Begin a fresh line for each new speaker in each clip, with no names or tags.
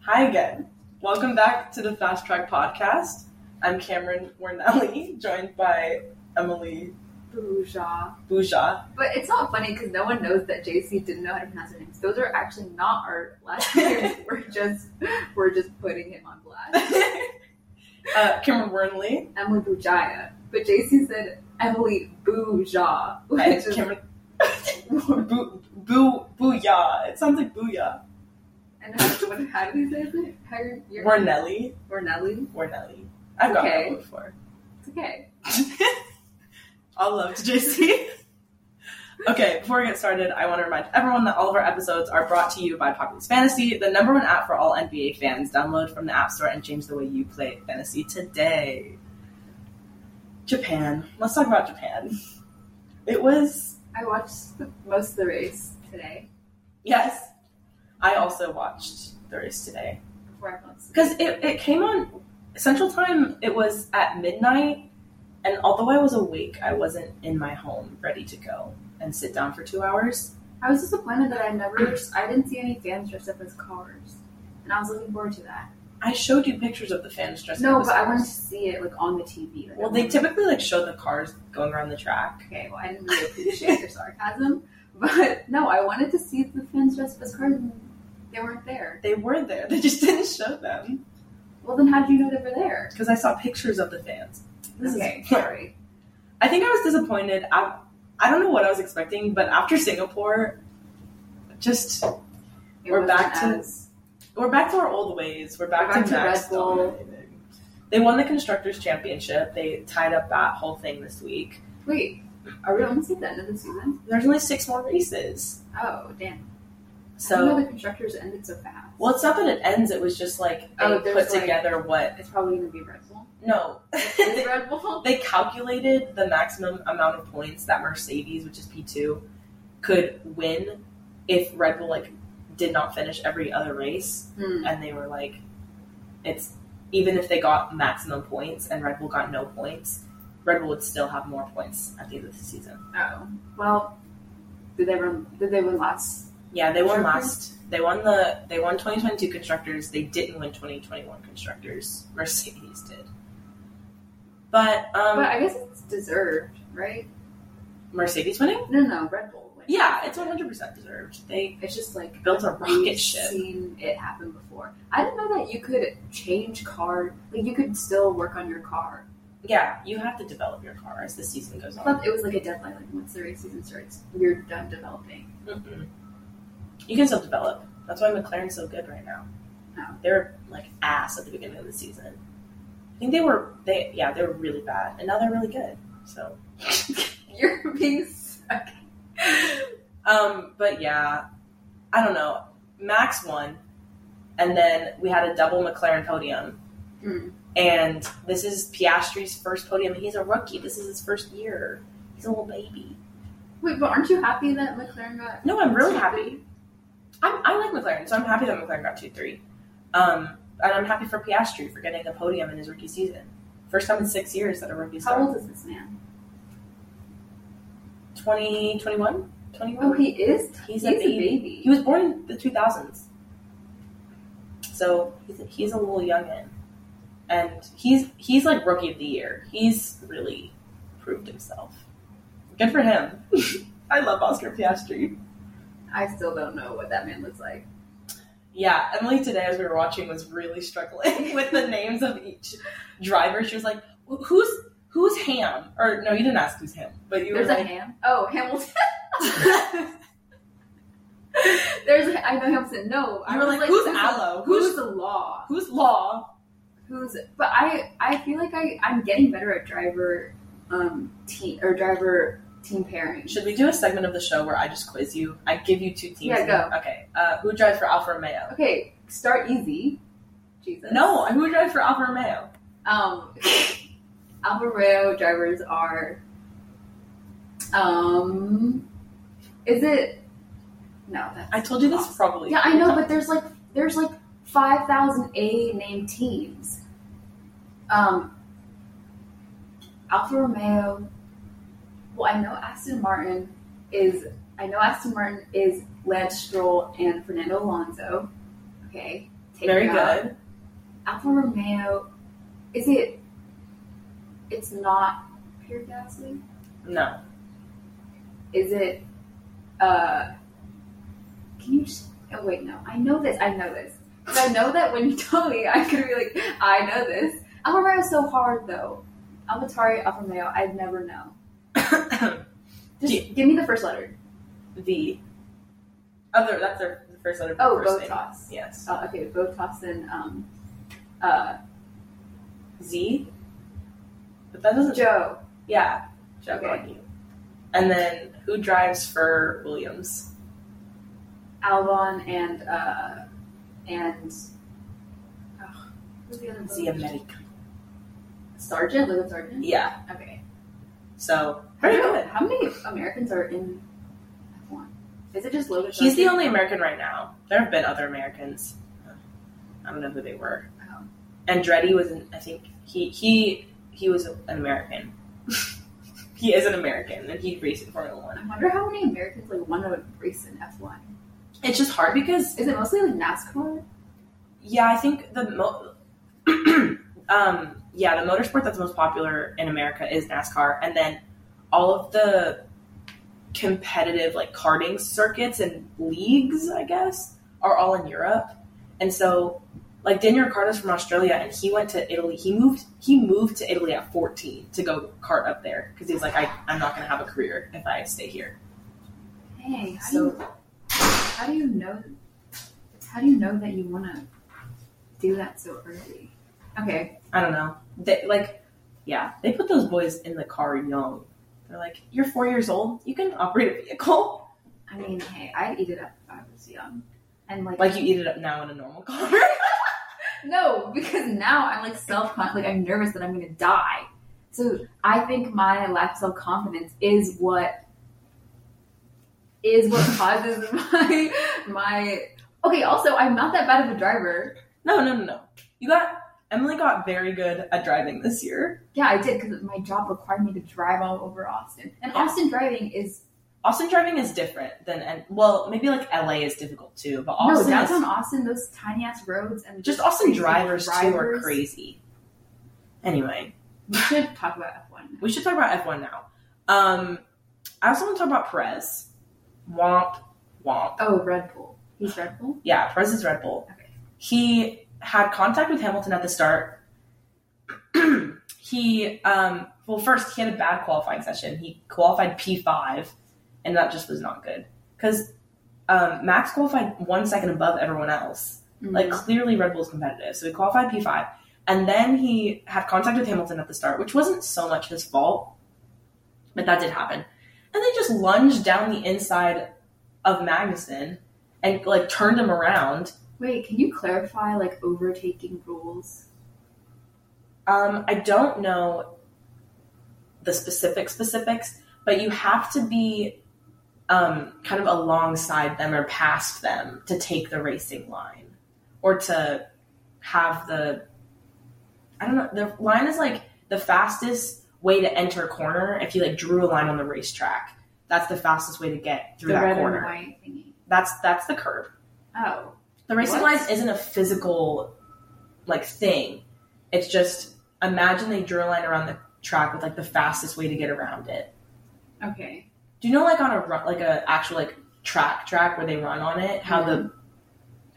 Hi again. Welcome back to the Fast Track Podcast. I'm Cameron Warnelli, joined by Emily
Bouja.
Bouja.
But it's not funny because no one knows that JC didn't know how to pronounce her names. Those are actually not our last names. we're just we're just putting him on blast.
Uh, Cameron Warnley.
Emily Bujaya. But JC said Emily Bouja, which
and
is
Cameron. Boo, boo, booyah. It sounds like booyah.
and how, what, how do we say it? How your, your
Warnelli.
Warnelli?
Warnelli. I've got
Okay.
that before.
It's okay.
All love to JC. okay, before we get started, I want to remind everyone that all of our episodes are brought to you by Populous Fantasy, the number one app for all NBA fans. Download from the App Store and change the way you play fantasy today. Japan. Let's talk about Japan. It was
I watched the, most of the race today
yes. I also watched the race today
before I went to sleep.
because it, it came on Central Time. It was at midnight, and although I was awake, I wasn't in my home ready to go and sit down for two hours.
I was disappointed that I never I didn't see any fans dressed up as cars. And I was looking forward to that.
I showed you pictures of the fans dressed
no,
up as
but I
cars.
wanted to see it like on the TV. Like,
Well,
I
they
wanted-
typically like show the cars going around the track.
Okay, well, I didn't really appreciate your sarcasm, but no, I wanted to see the fans dressed up as cars, and they weren't there.
They were there. They just didn't show them
Well, then how do you know they were there?
because I saw pictures of the fans. This
okay,
is,
sorry.
I think I was disappointed. I I don't know what I was expecting, but after Singapore, just
It
We're
wasn't
back to-
as-
we're back to our old ways. We're back,
We're back to
Max
Red Bull.
dominating. They won the constructors championship. They tied up that whole thing this week.
Wait, are we almost at the end of the season?
There's only six more races,
Oh, damn. I didn't know
so.
the constructors ended so fast.
Well, it's not that it ends. It was just like they
Oh,
put
there's, like-
together what
It's probably going to be Red Bull.
No.
Is Red Bull?
they calculated the maximum amount of points that Mercedes, which is P2, could win if Red Bull like did not finish every other race
Hmm.
and they were like it's even if they got maximum points and Red Bull got no points, Red Bull would still have more points at the end of the season.
Oh, well, did they run? Did they win last?
Yeah, they won
Sure.
last. They won the they won 2022 constructors. They didn't win 2021 constructors. Mercedes did. But um
but I guess it's deserved, right?
Mercedes winning?
No, no, Red Bull. wins.
Yeah, it's 100% deserved. They
It's just like
built a rocket
we've
ship.
seen it happen before. I didn't know that you could change car. Like you could still work on your car.
Yeah, you have to develop your car as the season goes
I
on.
thought it was like a deadline. Like once the race season starts, you're done developing.
Mm-mm. You can still develop. That's why McLaren's so good right now.
Oh.
They were like ass at the beginning of the season. I think they were they yeah they were really bad and now they're really good. So
You're being suck.
um but yeah I don't know Max won and then we had a double McLaren podium
Mm.
and this is Piastri's first podium. He's a rookie. This is his first year. He's a little baby.
Wait, but aren't you happy that McLaren got?
No, I'm really
two,
happy.
three?
I'm, I like McLaren, so I'm happy that McLaren got two three, um, and I'm happy for Piastri for getting a podium in his rookie season. First time in six years that a rookie
How
started.
old is this man?
20, 21? 21?
Oh, he is.
He's
He's,
a
a
baby.
baby.
He was born in the 2000s. So he's, he's a little youngin. And he's he's like rookie of the year. He's really proved himself. Good for him. I love Oscar Piastri.
I still don't know what that man looks like.
Yeah, Emily today, as we were watching, was really struggling with the names of each driver. She was like, "Wh- "Who's who's Ham?" Or no, you didn't ask who's Ham, but you
There's
were
a
like,
ham. Oh, Hamilton. There's. A, I know Hamilton. No, I
you were
was
like, "Who's
who's the-
Aloe?
Who's
Who's
the law?
who's Law?"
who's but I I feel like I I'm getting better at driver um team or driver team pairing.
Should we do a segment of the show where I just quiz you? I give you two teams.
Yeah,
and-
go.
Okay, uh, who drives for Alfa Romeo?
Okay, start easy. Jesus.
No, who drives for Alfa Romeo?
Um, Alfa Romeo drivers are. Um, is it? No. That's,
I told you this probably.
yeah, I know, but there's like there's like five thousand A named teams. Um. Alfa Romeo. Well, I know Aston Martin is. I know Aston Martin is Lance Stroll and Fernando Alonso. Okay, Take
Very
it out.
good.
Alfa Romeo. Is it? It's not pure gasoline.
No.
Is it? Uh, can you? Just, oh wait, no. I know this. I know this. 'Cause I know that when you tell me, I'm gonna be like, I know this. Alfa Romeo's so hard though. Alvatari, Alfa Romeo. I'd never know. Just
Yeah.
give me the first letter.
the other, that's their the first letter. for
Oh,
the first name.
Botas.
Yes.
Oh, okay, Botas and um, uh,
Z. But that doesn't.
Joe.
Yeah. Joe
Okay.
Boggy. And then who drives for Williams?
Albon and uh, and oh, who's the other one?
Z America.
Sergeant, Lieutenant Sergeant.
Yeah.
Okay.
So very
how,
good.
How many Americans are in F1? Is it just Logan?
He's the only American right now. There have been other Americans. I don't know who they were.
Oh.
Andretti was, an, I think he he he was an American. he is an American, and he raced in Formula One.
I wonder how many Americans like want to race in F1.
It's just hard because
Is it mostly like NASCAR?
Yeah, I think the mo- um, yeah, the motorsport that's most popular in America is NASCAR, and then all of the competitive like karting circuits and leagues, I guess, are all in Europe. And so, like Daniel Ricciardo's from Australia, and he went to Italy. He moved he moved to Italy at fourteen to go kart up there because he's like, I I'm not gonna have a career if I stay here.
Dang. How
So-
do you, how do you know? How do you know that you want to do that so early? Okay.
I don't know. They like, yeah, they put those boys in the car young. They're like, you're four years old. You can operate a vehicle
I mean, hey, I'd eat it up if I was young. And like,
like you eat it up now in a normal car.
No, because now I'm like self con like I'm nervous that I'm gonna die. So I think my lack of self confidence is what is what causes my my okay. Also, I'm not that bad of a driver.
no, no, no, no. You got Emily got very good at driving this year.
Yeah, I did because my job required me to drive all over Austin, and
Yeah.
Austin driving is
Austin driving is different than and well, maybe like LA is difficult too, but Austin
no
is-
downtown Austin. Those tiny ass roads and
just Austin
crazy
drivers, too are
drivers.
crazy. Anyway,
We should talk about F one.
we should talk about F one now. Um, I also want to talk about Perez. Womp womp.
Oh, Red Bull. He's Red Bull.
Yeah, Perez is Red Bull.
Okay.
He had contact with Hamilton at the start. he, um, well, first, he had a bad qualifying session. He qualified P5, and that just was not good. Because um, Max qualified one second above everyone else.
Mm-hmm.
Like, clearly, Red Bull's competitive. So he qualified P5. And then he had contact with Hamilton at the start, which wasn't so much his fault, but that did happen. And they just lunged down the inside of Magnuson and, like, turned him around.
wait, can you clarify like overtaking rules?
Um, I don't know the specific specifics, but you have to be um, kind of alongside them or past them to take the racing line or to have the. I don't know. The line is like the fastest way to enter a corner. If you like drew a line on the racetrack, that's the fastest way to get through
the
that
red
corner.
and white thingy.
That's that's the curb.
Oh,
The racing
What?
line isn't a physical like thing. It's just imagine they drew a line around the track with like the fastest way to get around it.
okay.
Do you know like on a run, like a actual like track track where they run on it how the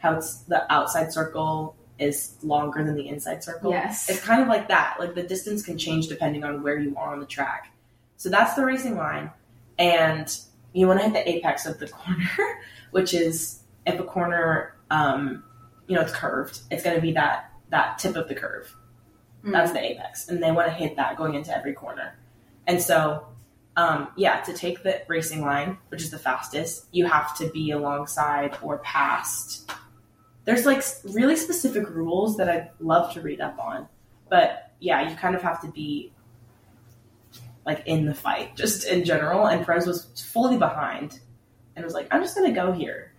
how it's the outside circle is longer than the inside circle? It's
Yes.
kind of like that. Like the distance can change depending on where you are on the track. So that's the racing line. And you want to hit the apex of the corner, which is if a corner, um, you know, it's curved, it's going to be that, that tip of the curve. That's the apex. And they want to hit that going into every corner. And so, um, yeah, to take the racing line, which is the fastest, you have to be alongside or past. There's like s- really specific rules that I'd love to read up on. But yeah, you kind of have to be like in the fight, just in general. And Perez was fully behind and was like, I'm just going to go here,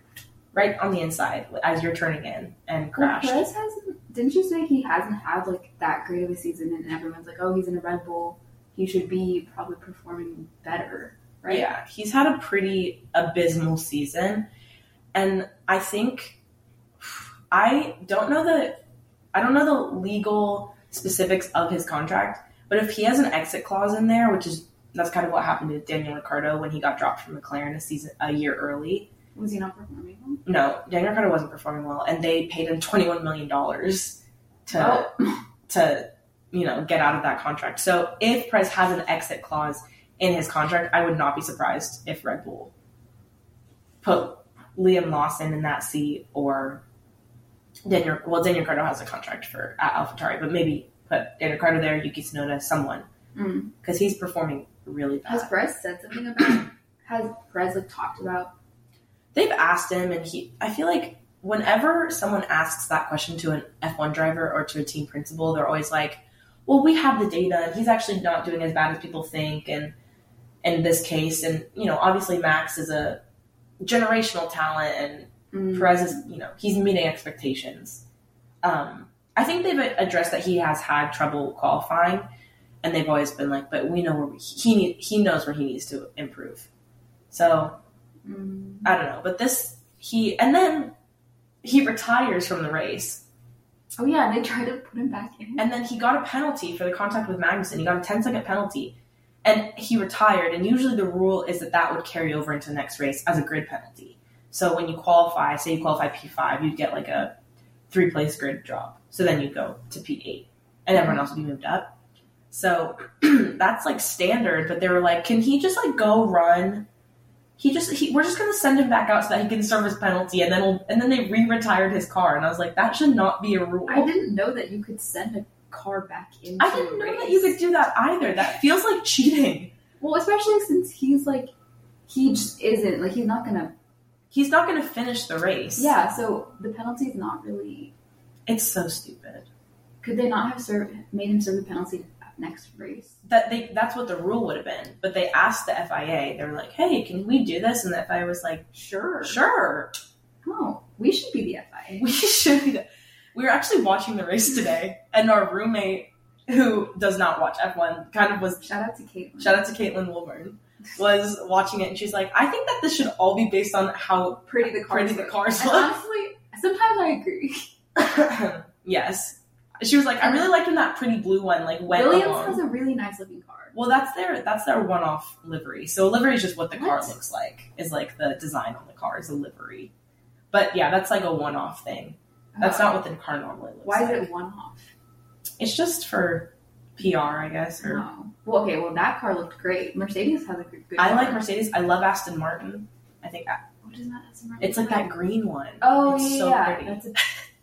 right on the inside as you're turning in and
Well,
crashed.
Perez hasn't. Didn't you say he hasn't had like that great of a season, and everyone's like, "Oh, he's in a Red Bull. He should be probably performing better." Right?
Yeah, he's had a pretty abysmal season. And I think I don't know the I don't know the legal specifics of his contract, but if he has an exit clause in there, which is that's kind of what happened to Daniel Ricciardo when he got dropped from McLaren a season a year early.
Was he not performing well?
No, Daniel Ricciardo wasn't performing well, and they paid him twenty one million dollars to to you know get out of that contract. So if Perez has an exit clause in his contract, I would not be surprised if Red Bull put Liam Lawson in that seat or Daniel. Well, Daniel Carter has a contract for at AlphaTauri, but maybe put Daniel Carter there, Yuki Tsunoda, someone
Mm.
because he's performing really bad.
Has Perez said something about? Has Perez like talked about?
They've asked him, and he. I feel like whenever someone asks that question to an F1 driver or to a team principal, they're always like, "Well, we have the data, and he's actually not doing as bad as people think." And in this case, and you know, obviously Max is a generational talent, and
Mm.
Perez is, you know, he's meeting expectations. Um, I think they've addressed that he has had trouble qualifying, and they've always been like, "But we know where we, he need, he knows where he needs to improve." So
Mm.
I don't know, but this he and then he retires from the race,
Oh yeah, they tried to put him back in.
and then he got a penalty for the contact with Magnussen. He got a 10 second penalty, and he retired. And usually the rule is that that would carry over into the next race as a grid penalty. So when you qualify, say you qualify P5, you'd get like a three place grid drop. So then you go to P8, and everyone else would be moved up. So that's like standard, but they were like, can he just like go run? He just he, we're just gonna send him back out so that he can serve his penalty, and then we'll, and then they re-retired his car, and I was like, that should not be a rule.
I didn't know that you could send a car back in.
I didn't know that you could do that either. That feels like cheating.
Well, especially since he's like, he just isn't like he's not gonna.
He's not going to finish the race.
Yeah, so the penalty's not really.
It's so stupid.
Could they not have served made him serve the penalty next race?
That they that's what the rule would have been. But they asked the FIA. They were like, "Hey, can we do this?" And the FIA was like,
Sure.
"Sure.
Oh, we should be the FIA.
We should." be the-" We were actually watching the race today, and our roommate who does not watch F1 kind of was
Shout out to Caitlin.
shout out to Caitlin Wilburn was watching it and she's like, "I think that this should all be based on how
Pretty the car.
pretty the cars
And
look."
honestly, sometimes I agree.
yes. She was like, I really liked when that pretty blue one like went
Williams
along.
has a really nice looking car.
well, that's their that's their one off livery. So a livery is just what the car
What?
looks like. Is like the design on the car is a livery. But yeah, that's like a one off thing. That's
Oh.
not what the car normally looks
Why
like.
is it one off?
It's just for PR, I guess. Or
No. Well, okay. Well, that car looked great. Mercedes has a good. good
I
car.
like Mercedes. I love Aston Martin. I think
What is that? That's a Mercedes
it's like that green one.
Oh
It's
yeah,
so
yeah.
pretty.
That's a,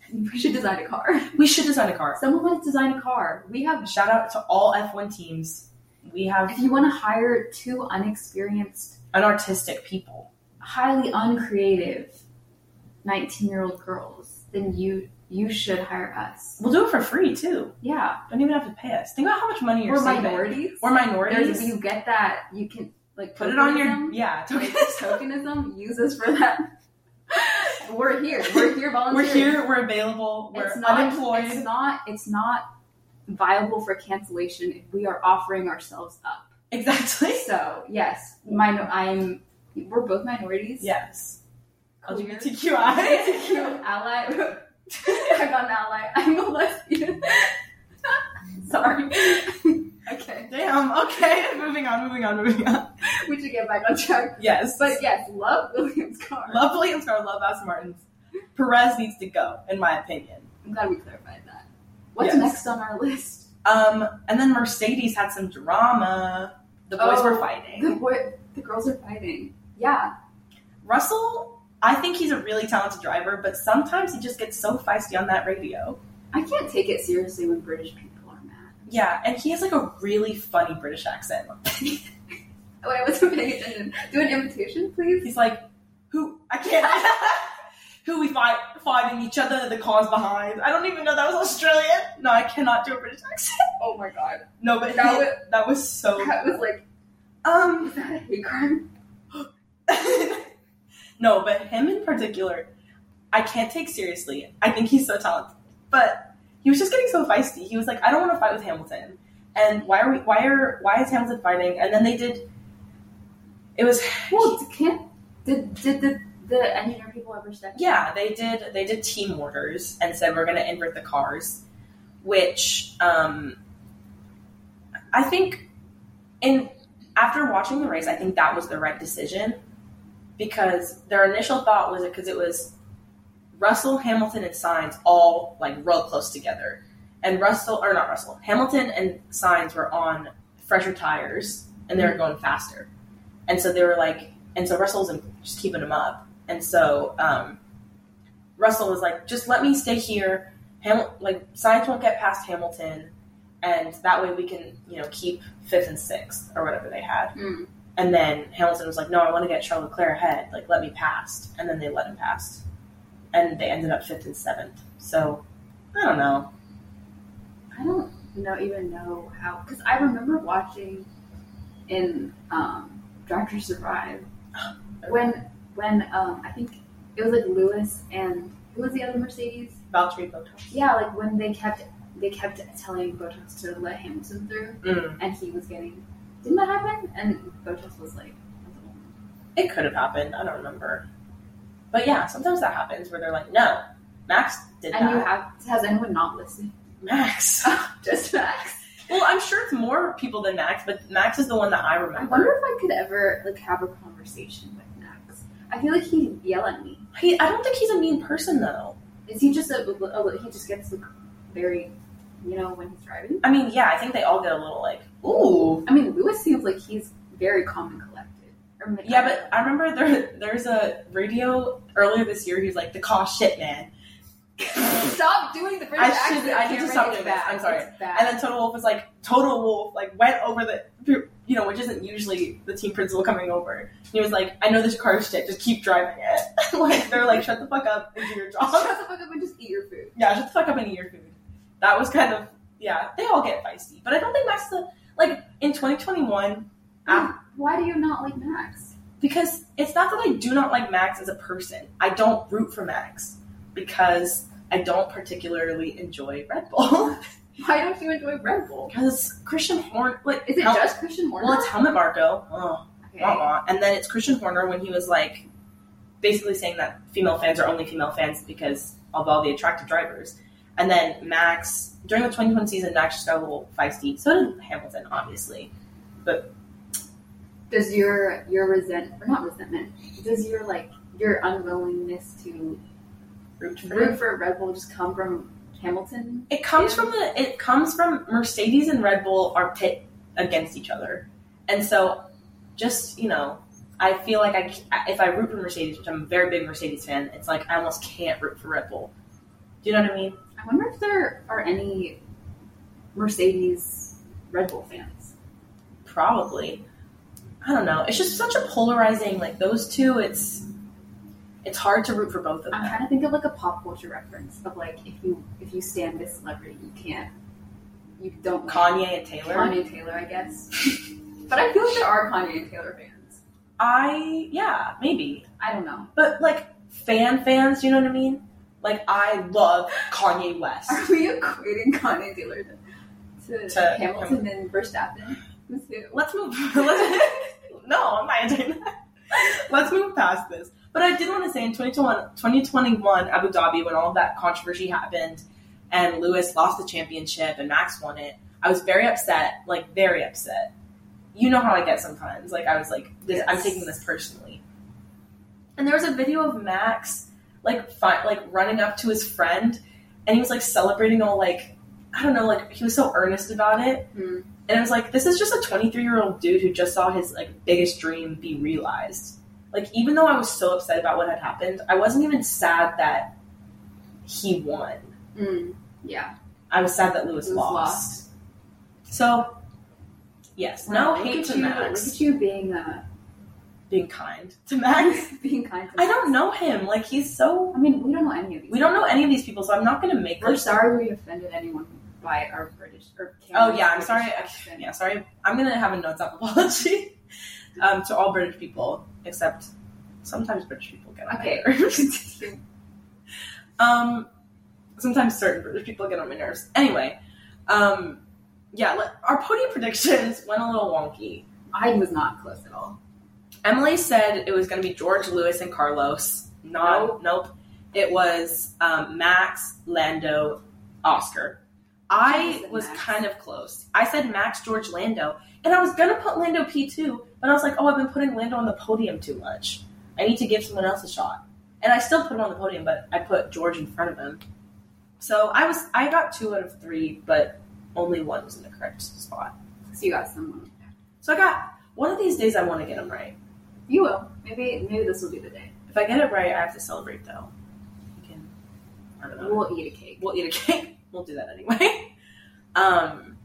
we should design a car.
We should design a car.
Someone let's design a car. We have.
Shout out to all F1 teams. We have
If you want to hire two unexperienced,
unartistic people.
highly uncreative, nineteen-year-old girls, then you you should hire us.
We'll do it for free too.
Yeah,
Don't even have to pay us. Think about how much money you're
we're
saving.
minorities.
We're
There's,
minorities.
you get that. You can like
Put it on your
tokenism.
yeah.
Like,
Tokenism.
tokenism. Use us for that. we're here. We're here.
We're
Volunteering.
here. We're available. We're
it's not,
unemployed.
It's not. It's not viable for cancellation if we are offering ourselves up.
exactly.
So yes, minor. I'm. We're both minorities.
Yes.
Queer.
LGBTQI.
Ally. I'm not an ally. I'm a lesbian. Sorry. okay,
Damn. Okay. Moving on. Moving on. Moving on.
we should get back on track.
Yes.
But yes, love Williams car.
love Williams car. Love Aston Martins. Perez needs to go, in my opinion.
I'm glad we clarified that. What's
Yes.
next on our list?
Um, and then Mercedes had some drama. The boys
Oh.
were
The
fighting.
boy, the girls are fighting. Yeah,
Russell, I think he's a really talented driver, but sometimes he just gets so feisty on that radio.
I can't take it seriously when British people are mad.
Yeah, and he has like a really funny British accent.
Oh, I wasn't paying attention. Do an invitation, please.
He's like, "Who? I can't. who we fight fighting each other? The cars behind. I don't even know that was Australian. No, I cannot do a British accent.
Oh my god,
No, but
That
he-
was-
that was so
that was like,
um.
was that a hate crime?
no, but him in particular, I can't take seriously. I think he's so talented, but he was just getting so feisty. He was like, "I don't want to fight with Hamilton," and why are we? Why are? Why is Hamilton fighting? And then they did. It was
Well, d- can't did did the the engineer people ever said?
Yeah, they did. They did team orders and said we're going to invert the cars, which um, I think in after watching the race, I think that was the right decision because their initial thought was because it was Russell, Hamilton, and Signs all like real close together, and Russell or not Russell, Hamilton and Signs were on fresher tires and they were going faster, and so they were like, and so Russell's just keeping them up, and so um, Russell was like, just let me stay here. Ham- like Science won't get past Hamilton, and that way we can you know keep fifth and sixth or whatever they had.
Mm.
And then Hamilton was like, no, I want to get Charles Leclerc ahead. Like let me past, and then they let him past, and they ended up fifth and seventh. So I don't know.
I don't know even know how because I remember watching in um, Doctor Survive when when um, I think it was like Lewis and who was the other Mercedes?
Valtteri Bottas.
Yeah, like when they kept they kept telling Botas to let Hamilton through,
Mm,
and he was getting. Didn't that happen? And Botas was like,
it could have happened. I don't remember. But yeah, sometimes that happens where they're like, no, Max did
and you
that.
have has anyone not listened?
Max.
Just Max.
Well, I'm sure it's more people than Max, but Max is the one that I
I
remember.
wonder if I could ever like have a conversation with Max. I feel like he'd yell at me.
He, I don't think he's a mean person, though.
Is he just a, a, a- he just gets like very, you know, when he's driving?
I mean, yeah, I think they all get a little like, ooh.
I mean, Lewis seems like he's very calm and collected. Or maybe-
Yeah, but I remember there there's a radio earlier this year. He's like the call shit man,
stop doing the British
I should-
accent.
I need to
You're
stop
making it
doing this.
bad.
I'm sorry.
It's bad.
and then Total Wolf was like Total Wolf, like went over the you know which isn't usually the team principal coming over. He was like, I know this car is shit, just keep driving it. like they're like, shut the fuck up and do your job.
Shut the fuck up and just eat your food.
Yeah, shut the fuck up and eat your food. That was kind of yeah. They all get feisty, but I don't think Max is the, like in 2021 Ah.
Why do you not like Max?
because it's not that I do not like Max as a person. I don't root for Max because I don't particularly enjoy Red Bull
Why don't you enjoy Red Bull?
because Christian Horner. Like,
Is it
Hel-
just Christian Horner?
Well, it's Helmet Marco. Oh,
okay.
wah, wah. And then it's Christian Horner when he was like basically saying that female fans are only female fans because of all the attractive drivers. And then Max, during the 2021 season, Max just got a little feisty. So did Hamilton, obviously.
Does your your resent or not resentment? Does your like your unwillingness to
Root for
root for Red Bull just come from Hamilton?
It comes
Yeah.
from the it comes from Mercedes and Red Bull are pit against each other, and so just you know, I feel like I c- if I root for Mercedes, which I'm a very big Mercedes fan, it's like I almost can't root for Red Bull. Do you know what I mean?
I wonder if there are any Mercedes Red Bull fans.
Probably. I don't know. It's just such a polarizing like those two. It's it's hard to root for both of
I'm
them.
trying to think of like a pop culture reference of like if you if you stand this celebrity, you can't you don't
Kanye and Taylor.
Kanye Taylor, I guess. but I feel like there are Kanye and Taylor fans.
I yeah maybe,
I don't know.
but like fan fans. Do you know what I mean? Like I love Kanye West.
Are we equating Kanye Taylor to, to,
To
Hamilton and Verstappen? Who's who?
let's move. Let's, no, I'm not doing that. Let's move past this. But I did want to say in 2021, 2021 Abu Dhabi, when all of that controversy happened and Lewis lost the championship and Max won it, I was very upset, like very upset. You know how I get sometimes. Like I was like, this, I'm
Yes.
taking this personally. And there was a video of Max like fi- like running up to his friend, and he was like celebrating all like I don't know, like he was so earnest about it.
Hmm.
And I was like, this is just a 23 year old dude who just saw his like biggest dream be realized. Like, even though I was so upset about what had happened, I wasn't even sad that he won. Hmm.
Mm, yeah.
I was sad that Lewis
Lewis
lost. So, yes, no
Wow,
hate
look
to
at you, Look
Max.
at you being uh,
Being kind to Max.
being kind. To
I don't know him. Like, he's so.
I mean, we don't know any of these.
We don't know any of these people, so I'm not going to make
We're
this-
sorry we offended anyone by our British or.
Oh
Canada's
yeah, I'm
British
sorry.
accent.
Yeah, sorry. I'm gonna have a notes up apology um, to all British people, except sometimes British people get on my
Okay.
nerves. um, sometimes certain British people get on my nerves. Anyway, um, yeah, let, our podium predictions went a little wonky.
I was not close at all.
Emily said it was going to be George Lewis and Carlos. No, nope. It was um, Max, Lando, Oscar.
I
I
said
was
Max.
kind of close. I said Max, George, Lando, and I was going to put Lando P2, but I was like, oh, I've been putting Lando on the podium too much. I need to give someone else a shot. And I still put him on the podium, but I put George in front of him. So I was I got two out of three, but only one was in the correct spot.
So you got someone.
So I got one of these days I want to get them right.
You will. Maybe maybe this will be the day.
If I get it right, I have to celebrate though. We can, I don't know. We'll,
We'll eat a cake.
we'll eat a cake. We'll do that anyway. Um,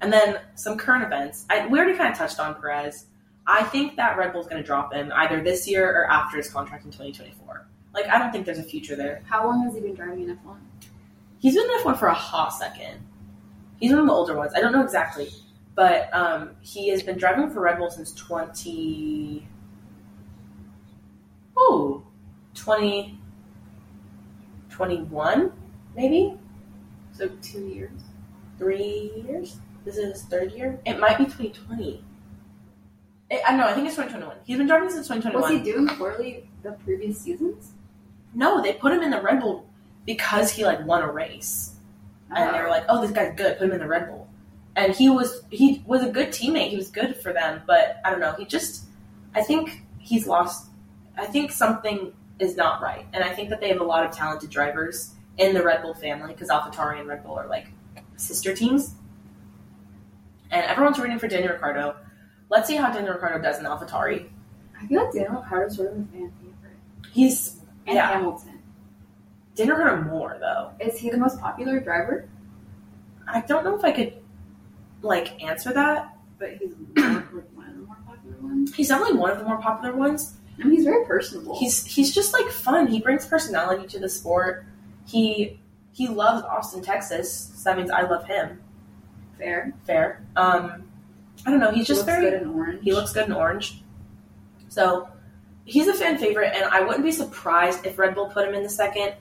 and then some current events. I, we already kind of touched on Perez. I think that Red Bull's going to drop him either this year or after his contract in 2024. Like, I don't think there's a future there.
How long has he been driving an F1?
He's been in F1 for a hot second. He's one of the older ones. I don't know exactly, but um, he has been driving for Red Bull since 20. Ooh, 20. 21, maybe?
So two years.
Three years? This is his third year? It might be 2020. I I know, I think it's 2021. He's been driving since 2021.
Was he doing poorly the previous seasons?
no, they put him in the Red Bull because he, like, won a race. and they
Uh,
were like, "Oh, this guy's good. Put him in the Red Bull." And he was he was a good teammate. He was good for them, but I don't know. He just I think he's lost. I think something is not right, and I think that they have a lot of talented drivers in the Red Bull family because AlphaTauri and Red Bull are like sister teams, and everyone's rooting for Daniel Ricciardo. Let's see how Daniel Ricciardo does in AlphaTauri.
I feel like Daniel Ricciardo's sort of a fan favorite.
He's
And
Yeah.
Hamilton.
Daniel Ricciardo more though.
Is he the most popular driver?
I don't know if I could like answer that.
But he's not, like one of the more popular ones.
He's definitely one of the more popular ones.
I mean, he's very personable.
He's he's just like fun. He brings personality to the sport. He he loves Austin, Texas. So that means I love him.
fair.
Fair. Um, I don't know. He's just
looks
very.
good in orange.
He looks good in orange. So he's a fan favorite, and I wouldn't be surprised if Red Bull put him in the second,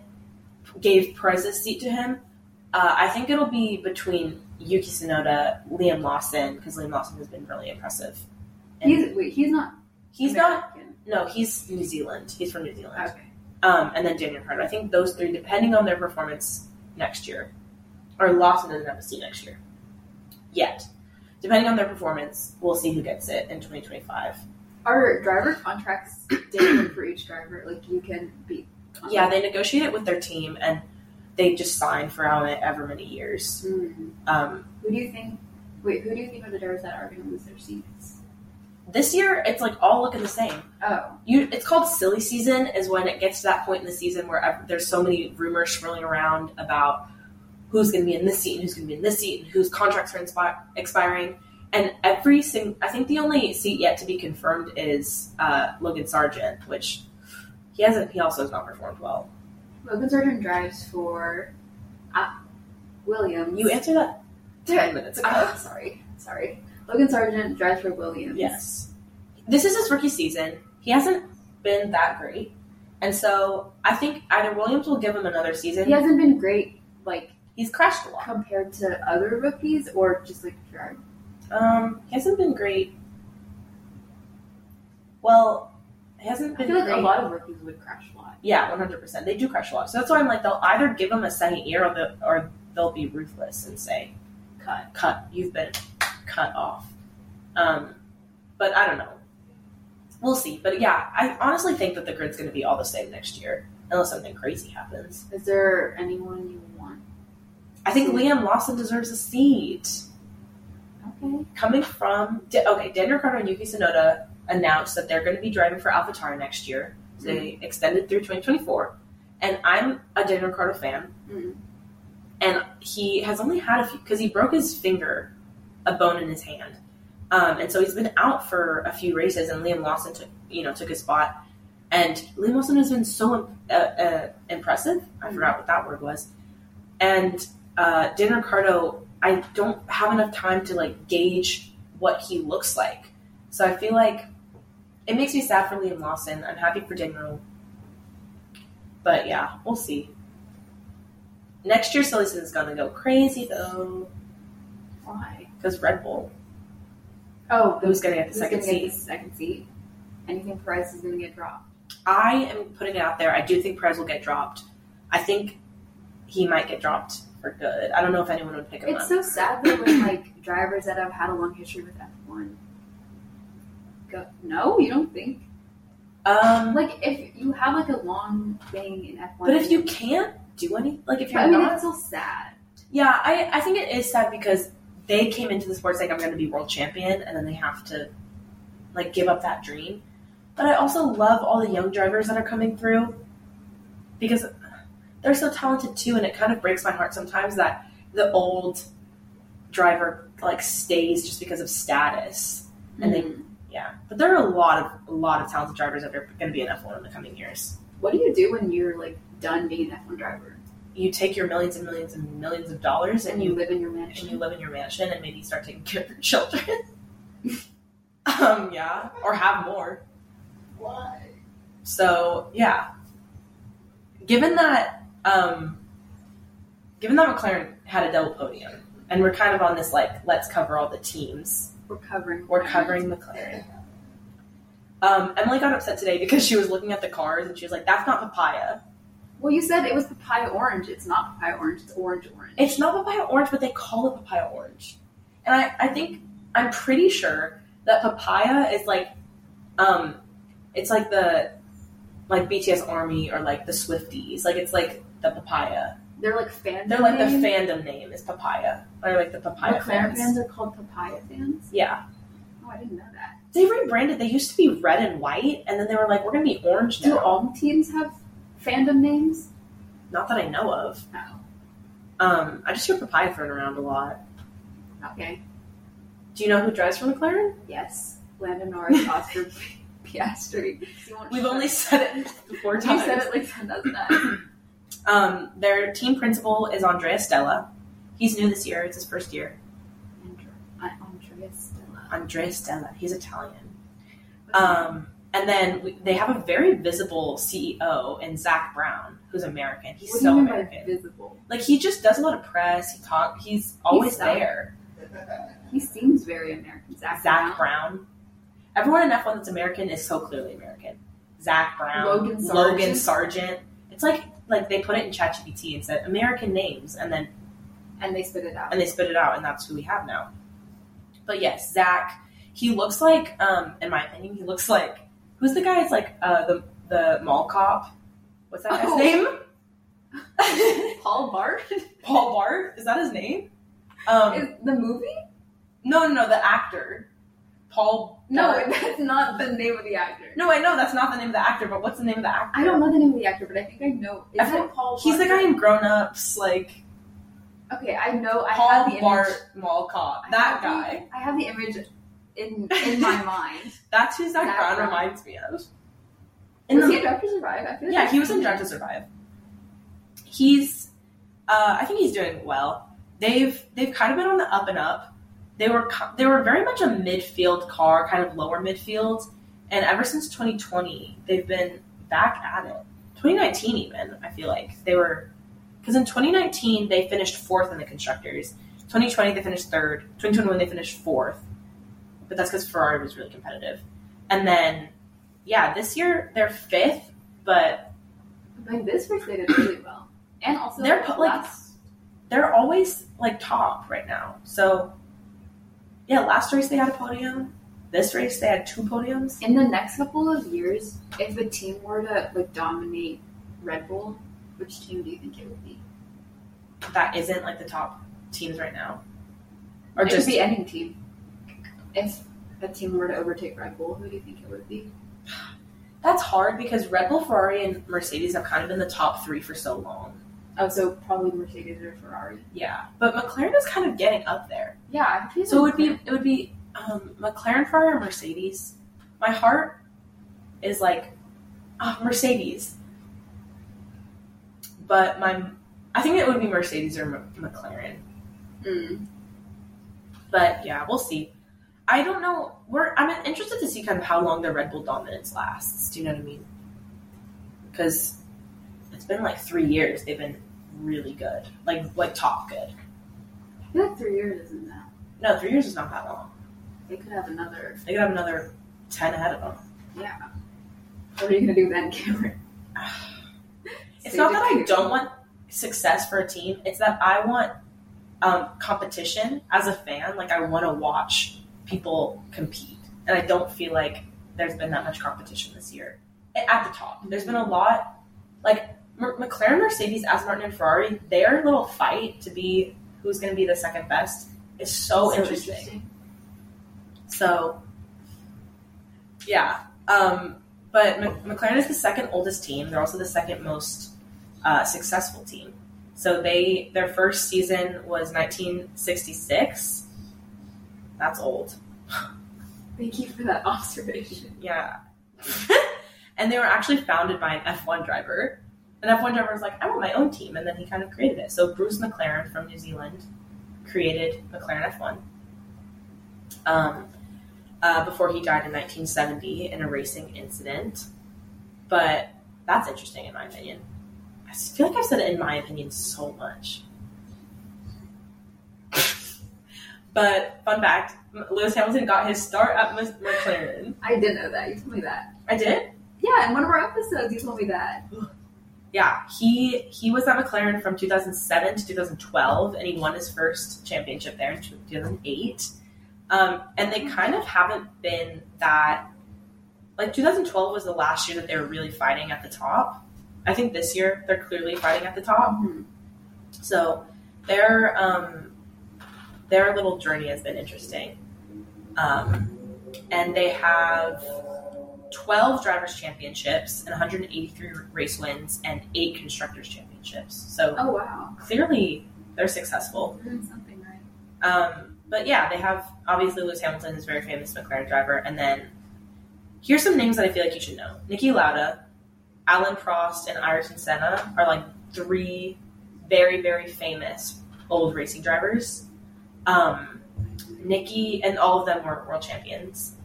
gave Perez's seat to him. Uh, I think it'll be between Yuki Tsunoda, Liam Lawson, because Liam Lawson has been really impressive. And
He's wait. He's not.
he's not.
American.
No, he's New Zealand. He's from New Zealand
Okay.
um, and then Daniel Carter. I think those three, depending on their performance next year, or Lawson doesn't have a seat next year yet. Depending on their performance, we'll see who gets it in 2025.
Are driver contracts different for each driver? Like you can be.
Yeah, they negotiate it with their team, and they just sign for however many years.
Mm.
Um,
Who do you think? Wait, who do you think are the drivers that are going to lose their seats?
this year, it's like all looking the same.
Oh,
You, it's called silly season. Is when it gets to that point in the season where ev- there's so many rumors swirling around about who's going to be in this seat and who's going to be in this seat and whose contracts are inspi- expiring. And every single, I think the only seat yet to be confirmed is uh, Logan Sargent, which he hasn't. He also has not performed well.
Logan Sargent drives for uh, Williams.
You answered that ten minutes ago.
Oh, sorry, sorry. Logan Sargent drives for Williams.
Yes. This is his rookie season. He hasn't been that great. And so I think either Williams will give him another season.
he hasn't been great, like
He's crashed a lot.
compared to other rookies, or just like drive.
Um, he hasn't been great. Well, he hasn't
I
been
feel like
great.
a lot of rookies would crash a lot.
yeah, one hundred percent. They do crash a lot, so that's why I'm like, they'll either give him a second year, or the, or they'll be ruthless and say,
Cut.
"Cut, you've been cut off." Um, but I don't know. We'll see. But yeah, I honestly think that the grid's going to be all the same next year, unless something crazy happens.
Is there anyone you want?
I think Liam Lawson deserves a seat.
Okay.
coming from Da- okay, Daniel Carter and Yuki Tsunoda announced that they're going to be driving for AlphaTauri next year. So they extended through 2024, and I'm a Daniel Carter fan,
Mm.
and he has only had a few because he broke his finger, a bone in his hand, um, and so he's been out for a few races. And Liam Lawson took you know took his spot, and Liam Lawson has been so uh, uh, impressive. I
Mm.
forgot what that word was, and uh, Dan Ricardo, I don't have enough time to like gauge what he looks like. So I feel like it makes me sad for Liam Lawson. I'm happy for Daniel, but yeah, we'll see. Next year, Silly is gonna go crazy though,
Why?
because Red Bull.
Oh,
Who's gonna get the
who's
second
gonna get
seat?
the second seat? anything Perez is going to get dropped.
I am putting it out there. I do think Perez will get dropped. I think he might get dropped for good. I don't know if anyone would pick him
It's
up.
so sad though when like drivers that have had a long history with F one. Go no, you don't think
Um,
like if you have like a long thing in F one.
but if you can't do any, like if you're
I mean,
not,
it's so sad.
yeah, I, I think it is sad because they came into the sports like I'm going to be world champion, and then they have to like give up that dream. But I also love all the young drivers that are coming through because they're so talented too, and it kind of breaks my heart sometimes that the old driver like stays just because of status. And they-
Mm.
Yeah, but there are a lot of a lot of talented drivers that are going to be in F1 in the coming years.
what do you do when you're like done being an F one driver
You take your millions and millions and millions of dollars and
and you
you
live in your
and
mansion?
you live in your mansion and maybe start taking care of your children. um, yeah, or have more.
Why?
So yeah, given that um, given that McLaren had a double podium, and we're kind of on this like let's cover all the teams.
We're covering.
We're covering McLaren. Um, Emily got upset today because she was looking at the cars and she was like, "That's not papaya.
Well, you said it was papaya orange. It's not papaya orange. It's orange orange.
It's not papaya orange, but they call it papaya orange." And I, I think I'm pretty sure that papaya is like, um, it's like the like BTS Army or like the Swifties. Like it's like the papaya.
They're like fans.
They're like the fandom name is papaya or like the papaya
McLaren
fans.
fans are called papaya fans.
Yeah,
Oh, I didn't know that.
they rebranded. They used to be red and white, and then they were like, "We're gonna be orange
Do
now."
all teams have fandom names?
Not that I know of.
No.
Um, I just hear papaya thrown around a lot.
Okay.
Do you know who drives for McLaren?
Yes. Lando Norris, Oscar Piastri. You won't
We've
shut-
only said it four
You
times.
said it like ten dozen times.
Um, their team principal is Andrea Stella. He's new this year. It's his first year.
Andre- I- Andrea Stella.
Andrea Stella. He's Italian. Um, and then we, they have a very visible CEO in Zach Brown, who's American. He's
what do
so
you mean by
American.
visible?
Like he just does a lot of press. He talk. He's always
so-
there.
He seems very American. Zach,
Zach
Brown.
Brown. Everyone in F1 that's American is so clearly American. Zach Brown,
Logan Sargent.
Logan Sargent. It's like like they put it in ChatGPT and said American names, and then
and they spit it out.
and they spit it out, and that's who we have now. But yes, Zach. He looks like, um, in my opinion, he looks like who's the guy? It's like uh, the the mall cop. What's that guy's
Oh.
name?
Paul Bart
Paul Bart is that his name? Um,
is the movie?
no, no, no, the actor, Paul.
No,
Bart.
that's not the name of the actor.
No, I know that's not the name of the actor, but what's the name of the actor?
I don't know the name of the actor, but I think I know. Is
I
it Paul?
He's the
Bart?
guy in Grown Ups, like
Okay, I know. I
Paul
have the image.
Bart Mall Cop.
I
That
have
guy.
the- I have the image in in my mind.
That's who Zach
Zach
Brown
Brown.
reminds me of. In
Was
the-
he a Doctor Survive? I feel like
yeah,
I've
he was
seen
in Drive
him.
to Survive. He's, uh, I think he's doing well. They've they've kind of been on the up and up. They were co- they were very much a midfield car, kind of lower midfield, and ever since 2020, they've been back at it. 2019, even I feel like they were, because in 2019 they finished fourth in the constructors. 2020 they finished third. 2021 they finished fourth, but that's because Ferrari was really competitive. And then, yeah, this year they're fifth, but
Like this race, they did really well, and also
They're pu- like-
last-
they're always like top right now. So yeah, last race they had a podium. This race they had two podiums.
in the next couple of years, if a team were to like dominate Red Bull, which team do you think it would be?
That isn't like the top teams right now. Or
it
just
could be any team. If a team were to overtake Red Bull, who do you think it would be?
that's hard because Red Bull, Ferrari, and Mercedes have kind of been the top three for so long.
Oh, so probably Mercedes or Ferrari.
Yeah, but McLaren is kind of getting up there.
Yeah, I feel
So it would
like
be it would be um, McLaren, Ferrari, or Mercedes. My heart is like ah, Mercedes, but my I think it would be Mercedes or M- McLaren.
Mm.
But yeah, we'll see. I don't know. We're I'm interested to see kind of how long the Red Bull dominance lasts. Do you know what I mean? Because it's been like three years. They've been really good, like like top good.
I feel like three years isn't that.
No, three years is not that long.
They could have another.
They could have another ten ahead of them.
Yeah. What are you gonna do then, Cameron?
It's not that I don't want success for a team. It's that I want um, competition as a fan. Like I want to watch people compete, and I don't feel like there's been that much competition this year A- at the top. There's been a lot, like M- McLaren, Mercedes, Aston Martin, and Ferrari. Their little fight to be who's going to be the second best is so, interesting. So, yeah. Um, but Mc- McLaren is the second oldest team. They're also the second most uh, successful team. So they their first season was 1966. That's old.
Thank you for that observation.
Yeah. and they were actually founded by an F1 driver. An F1 driver was like, I want my own team. And then he kind of created it. So Bruce McLaren from New Zealand created McLaren F1 um, uh, before he died in 1970 in a racing incident. But that's interesting, in my opinion. I s- feel like I've said it in my opinion so much. but fun fact Lewis Hamilton got his start at Mc- McLaren.
I did know that. You told me that.
I did.
Yeah, in one of our episodes, you told me that.
Yeah, he he was at McLaren from 2007 to 2012, and he won his first championship there in 2008. Um, and they kind of haven't been that. Like 2012 was the last year that they were really fighting at the top. I think this year they're clearly fighting at the top. So their um, their little journey has been interesting, um, and they have twelve drivers championships and 183 race wins and eight constructors championships. So
Oh wow,
clearly they're successful.
we're doing something right.
Um, but yeah, they have obviously Lewis Hamilton is a very famous McLaren driver, and then here's some names that I feel like you should know: Niki Lauda, Alan Prost, and Ayrton Senna are like three very very famous old racing drivers. Um, Nikki and all of them were world champions.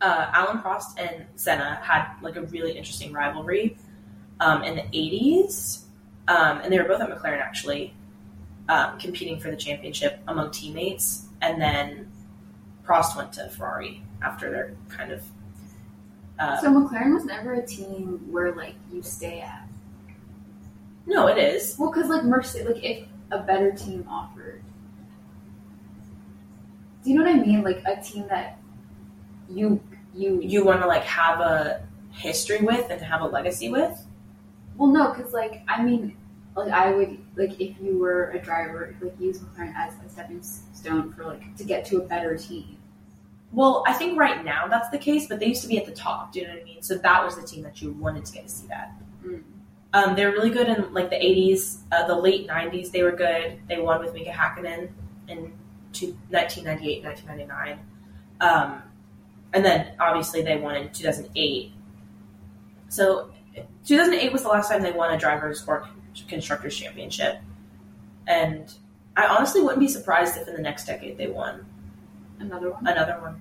Uh, Alan Prost and Senna had like a really interesting rivalry um, in the 80s, um, and they were both at McLaren actually um, competing for the championship among teammates, and then Prost went to Ferrari after their kind of. Uh,
So McLaren was never a team where like you stay at.
no, it is.
Well, because like Mercedes, like if a better team offered, do you know what I mean? Like a team that you you,
You want to like have a history with and have a legacy with.
well no, because like I mean, like I would like if you were a driver, like use McLaren as a stepping s- stone for like to get to a better team.
Well, I think right now that's the case, but they used to be at the top. Do you know what I mean? So that was the team that you wanted to get to see that.
Mm.
Um, they're really good in like the '80s, uh, the late '90s. They were good. They won with Mika Hakkinen in two, 1998, 1999, um, and then obviously they won in 2008. So 2008 was the last time they won a drivers or con- constructors championship, and I honestly wouldn't be surprised if in the next decade they won
Another one.
another one.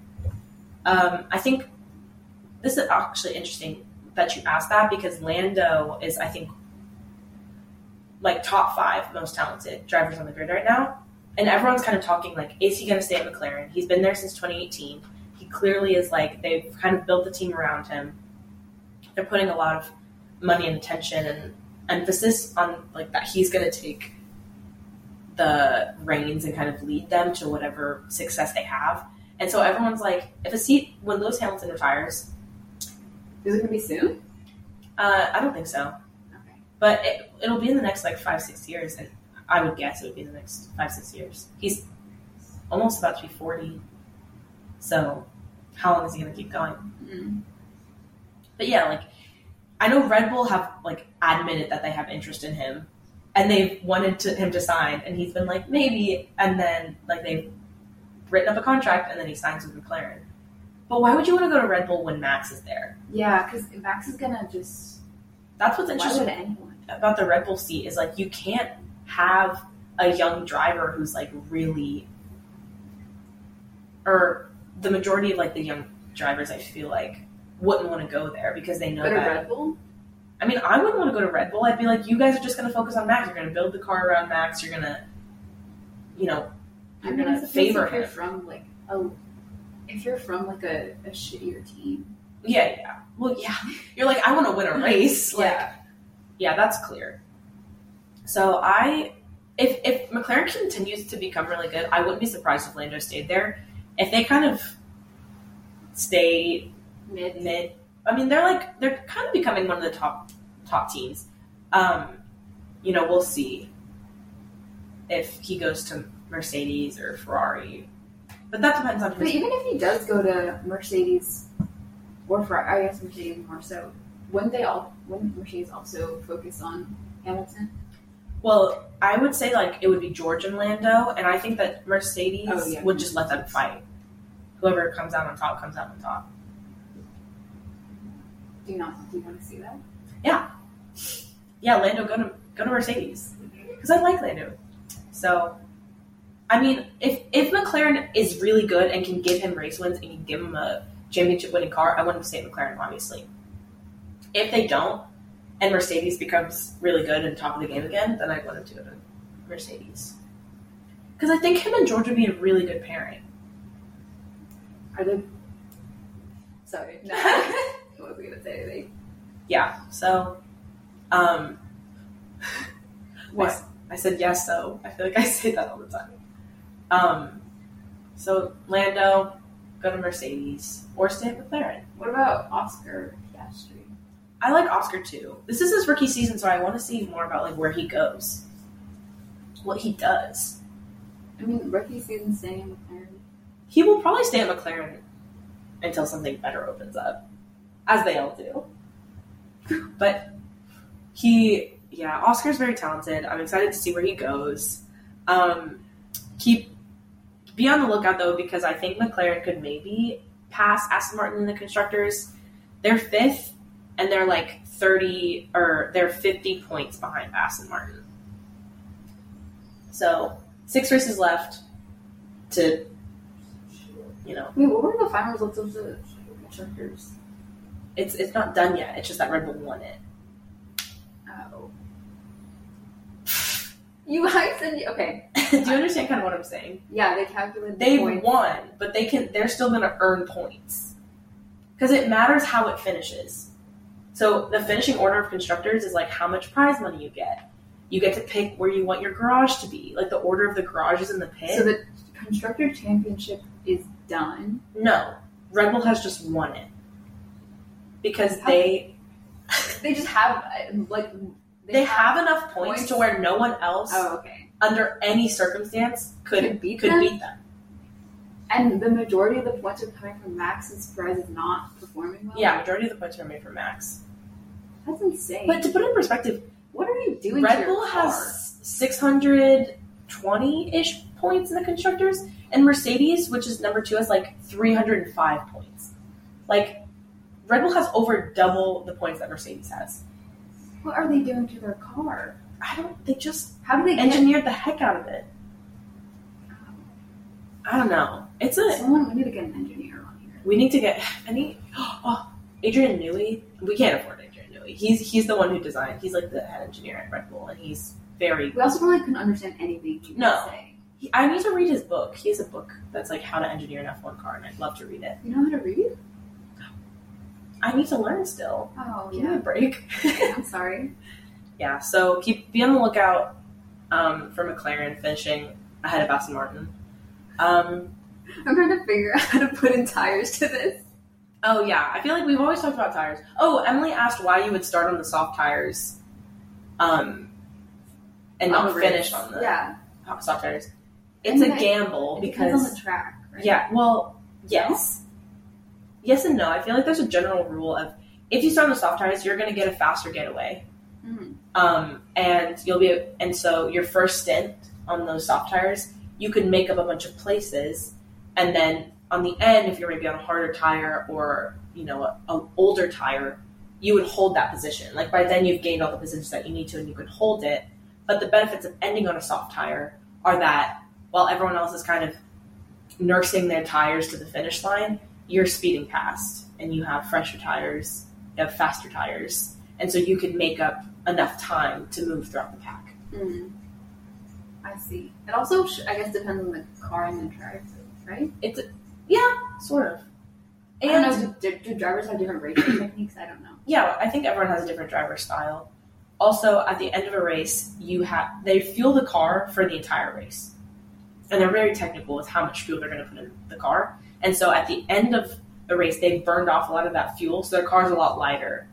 Um, I think this is actually interesting that you asked that because Lando is, I think, like top five most talented drivers on the grid right now. And everyone's kind of talking like, is he going to stay at McLaren? He's been there since 2018. He clearly is like, they've kind of built the team around him. They're putting a lot of money and attention and emphasis on like that he's going to take the reins and kind of lead them to whatever success they have. And so everyone's like, if a seat when Lewis Hamilton retires,
Is it gonna be soon?
uh, I don't think so,
Okay.
but it, it'll be in the next like five six years, and I would guess it would be in the next five six years. He's almost about to be forty, so how long is he going to keep going?
Mm.
But yeah, like I know Red Bull have like admitted that they have interest in him, and they've wanted to, him to sign, and he's been like maybe, and then like they've written up a contract, and then he signs with McLaren. But why would you want to go to Red Bull when Max is there?
Yeah, because Max is gonna just.
That's what's
Why
interesting
would anyone?
about the Red Bull seat is like you can't have a young driver who's like really, or the majority of like the young drivers I feel like wouldn't want to go there because they know
Go to
that
Red Bull.
I mean, I wouldn't want to go to Red Bull. I'd be like, you guys are just going to focus on Max. You're going to build the car around Max. You're going to, you know,
I
you're
mean,
going
I
to
suppose
favor
if you're
him.
from like a, if you're from like a, a shittier team,
Yeah, yeah. Well, yeah. You're like, I want to win a race. Like, yeah. that's clear. So I, if if McLaren continues to become really good, I wouldn't be surprised if Lando stayed there. If they kind of stay
Mid.
mid, I mean, they're like they're kind of becoming one of the top top teams. Um, you know, we'll see if he goes to Mercedes or Ferrari, but that depends on
But
who's
even if he does go to Mercedes or Ferrari, I guess Mercedes more so, wouldn't they all? Wouldn't Mercedes also focus on Hamilton?
Well, I would say like it would be George and Lando, and I think that Mercedes
Oh, yeah.
would just let them fight. Whoever comes out on top comes out on top.
Do you not? Do you want to see that?
Yeah, Lando, go to go to Mercedes because I like Lando. So, I mean, if if McLaren is really good and can give him race wins and can give him a championship winning car, I want him to stay at McLaren, obviously. If they don't, and Mercedes becomes really good and top of the game again, then I'd want him to go to Mercedes because I think him and George would be a really good pairing.
I did. Sorry, no, I wasn't gonna say anything.
yeah so um I,
What?
s- I said yes so i feel like i say that all the time um so lando go to mercedes or stay at mclaren
What about Oscar Piastri?
i like oscar too this is his rookie season so i want to see more about like where he goes what he does
I mean, rookie season staying with Aaron.
he will probably stay at mclaren until something better opens up as they all do but he yeah oscar's very talented i'm excited to see where he goes um keep be on the lookout though because i think mclaren could maybe pass aston martin in the constructors they're fifth and they're like 30 or they're 50 points behind aston martin so six races left to you know
Wait, what were the final results of the constructors?
it's it's not done yet it's just that red bull won it
Oh, you guys and okay,
do you understand kind of what i'm saying
yeah, they calculated the
they
points.
won, but they can they're still going to earn points because it matters how it finishes. So the finishing order of constructors is like how much prize money you get. You get to pick where you want your garage to be, like the order of the garages in the pit.
So the constructor championship is done.
no, Red Bull has just won it because
How-
they
They just have uh, like
they, have, enough points,
points.
to where no one else,
Oh, okay.
under any circumstance, could
Could beat
could
them?
beat them.
And the majority of the points are coming from Max since Perez is not performing well.
Yeah, majority of the points are made for Max.
that's insane.
But to put it in perspective,
what are you doing? to
Red
your
Bull
car?
has 620 ish points in the constructors, and Mercedes, which is number two, has like 305 points. Like, Red Bull has over double the points that Mercedes has.
What are they doing to their car?
I don't, they just
How do they get?
engineered the heck out of it. I don't know. It's a,
Someone we need to get an engineer on here.
we need to get any, oh, Adrian Newey. We can't afford Adrian Newey. He's, he's the one who designed, he's like the head engineer at Red Bull, and he's very
We also probably couldn't understand anything he was
No.
saying.
He, I need to read his book. He has a book that's like how to engineer an F1 car, and I'd love to read it.
You know how to read?
I need to learn still.
Oh
Give me a break.
I'm sorry.
yeah, so keep be on the lookout um, for McLaren finishing ahead of Aston Martin. Um,
I'm trying to figure out how to put in tires to this.
oh yeah, I feel like we've always talked about tires. Oh, Emily asked why you would start on the soft tires, um, and
On
not
the
finish
race.
on the
yeah.
hot soft tires.
I
It's
mean,
a
I-
gamble
It
because
depends on the track. Right?
Yeah, well, yes. Yes and no. I feel like there's a general rule of if you start on the soft tires, you're going to get a faster getaway.
Mhm.
Um, and you'll be and so your first stint on those soft tires, you can make up a bunch of places and then on the end if you're maybe on a harder tire or, you know, a, a older tire, you would hold that position. Like by then you've gained all the positions that you need to and you can hold it. But the benefits of ending on a soft tire are that while everyone else is kind of nursing their tires to the finish line, you're speeding past and you have fresher tires, you have faster tires, and so you can make up enough time to move throughout the pack.
Mm. I see. It also, sh- I guess, depends on the car and the track, right?
Yeah, sort of.
I don't know.
And
Do, do, do drivers have different braking techniques? I don't know.
yeah, I think everyone has a different driver style. Also, at the end of a race, you have they fuel the car for the entire race, and they're very technical with how much fuel they're going to put in the car. And so, at the end of the race, they burned off a lot of that fuel, so their car's a lot lighter,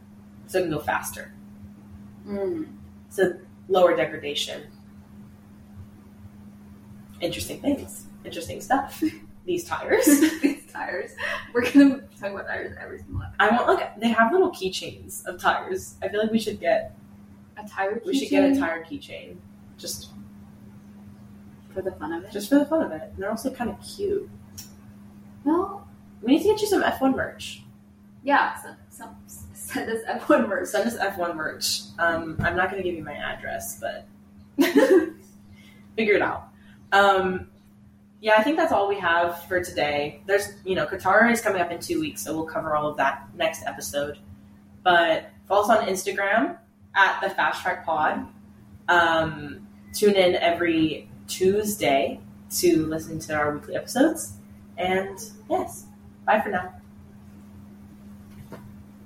so it can go faster.
Mm.
So lower degradation. Interesting things. Interesting stuff. These tires.
These tires. We're gonna talk about tires every single episode.
I want like they have little keychains of tires. I feel like we should get
A tire.
we should get a
keychain
tire keychain. Just
for the fun of it.
just for the fun of it. And they're also kind of cute.
well,
We need to get you some F1 merch.
yeah. So, so, send us F1 merch.
Send us F1 merch. Um, I'm not gonna give you my address, but figure it out. Um, yeah, I think that's all we have for today. There's, you know, Qatar is coming up in two weeks, so we'll cover all of that next episode. But follow us on Instagram at the Fast Track Pod. Um, tune in every Tuesday to listen to our weekly episodes. And yes, bye for now.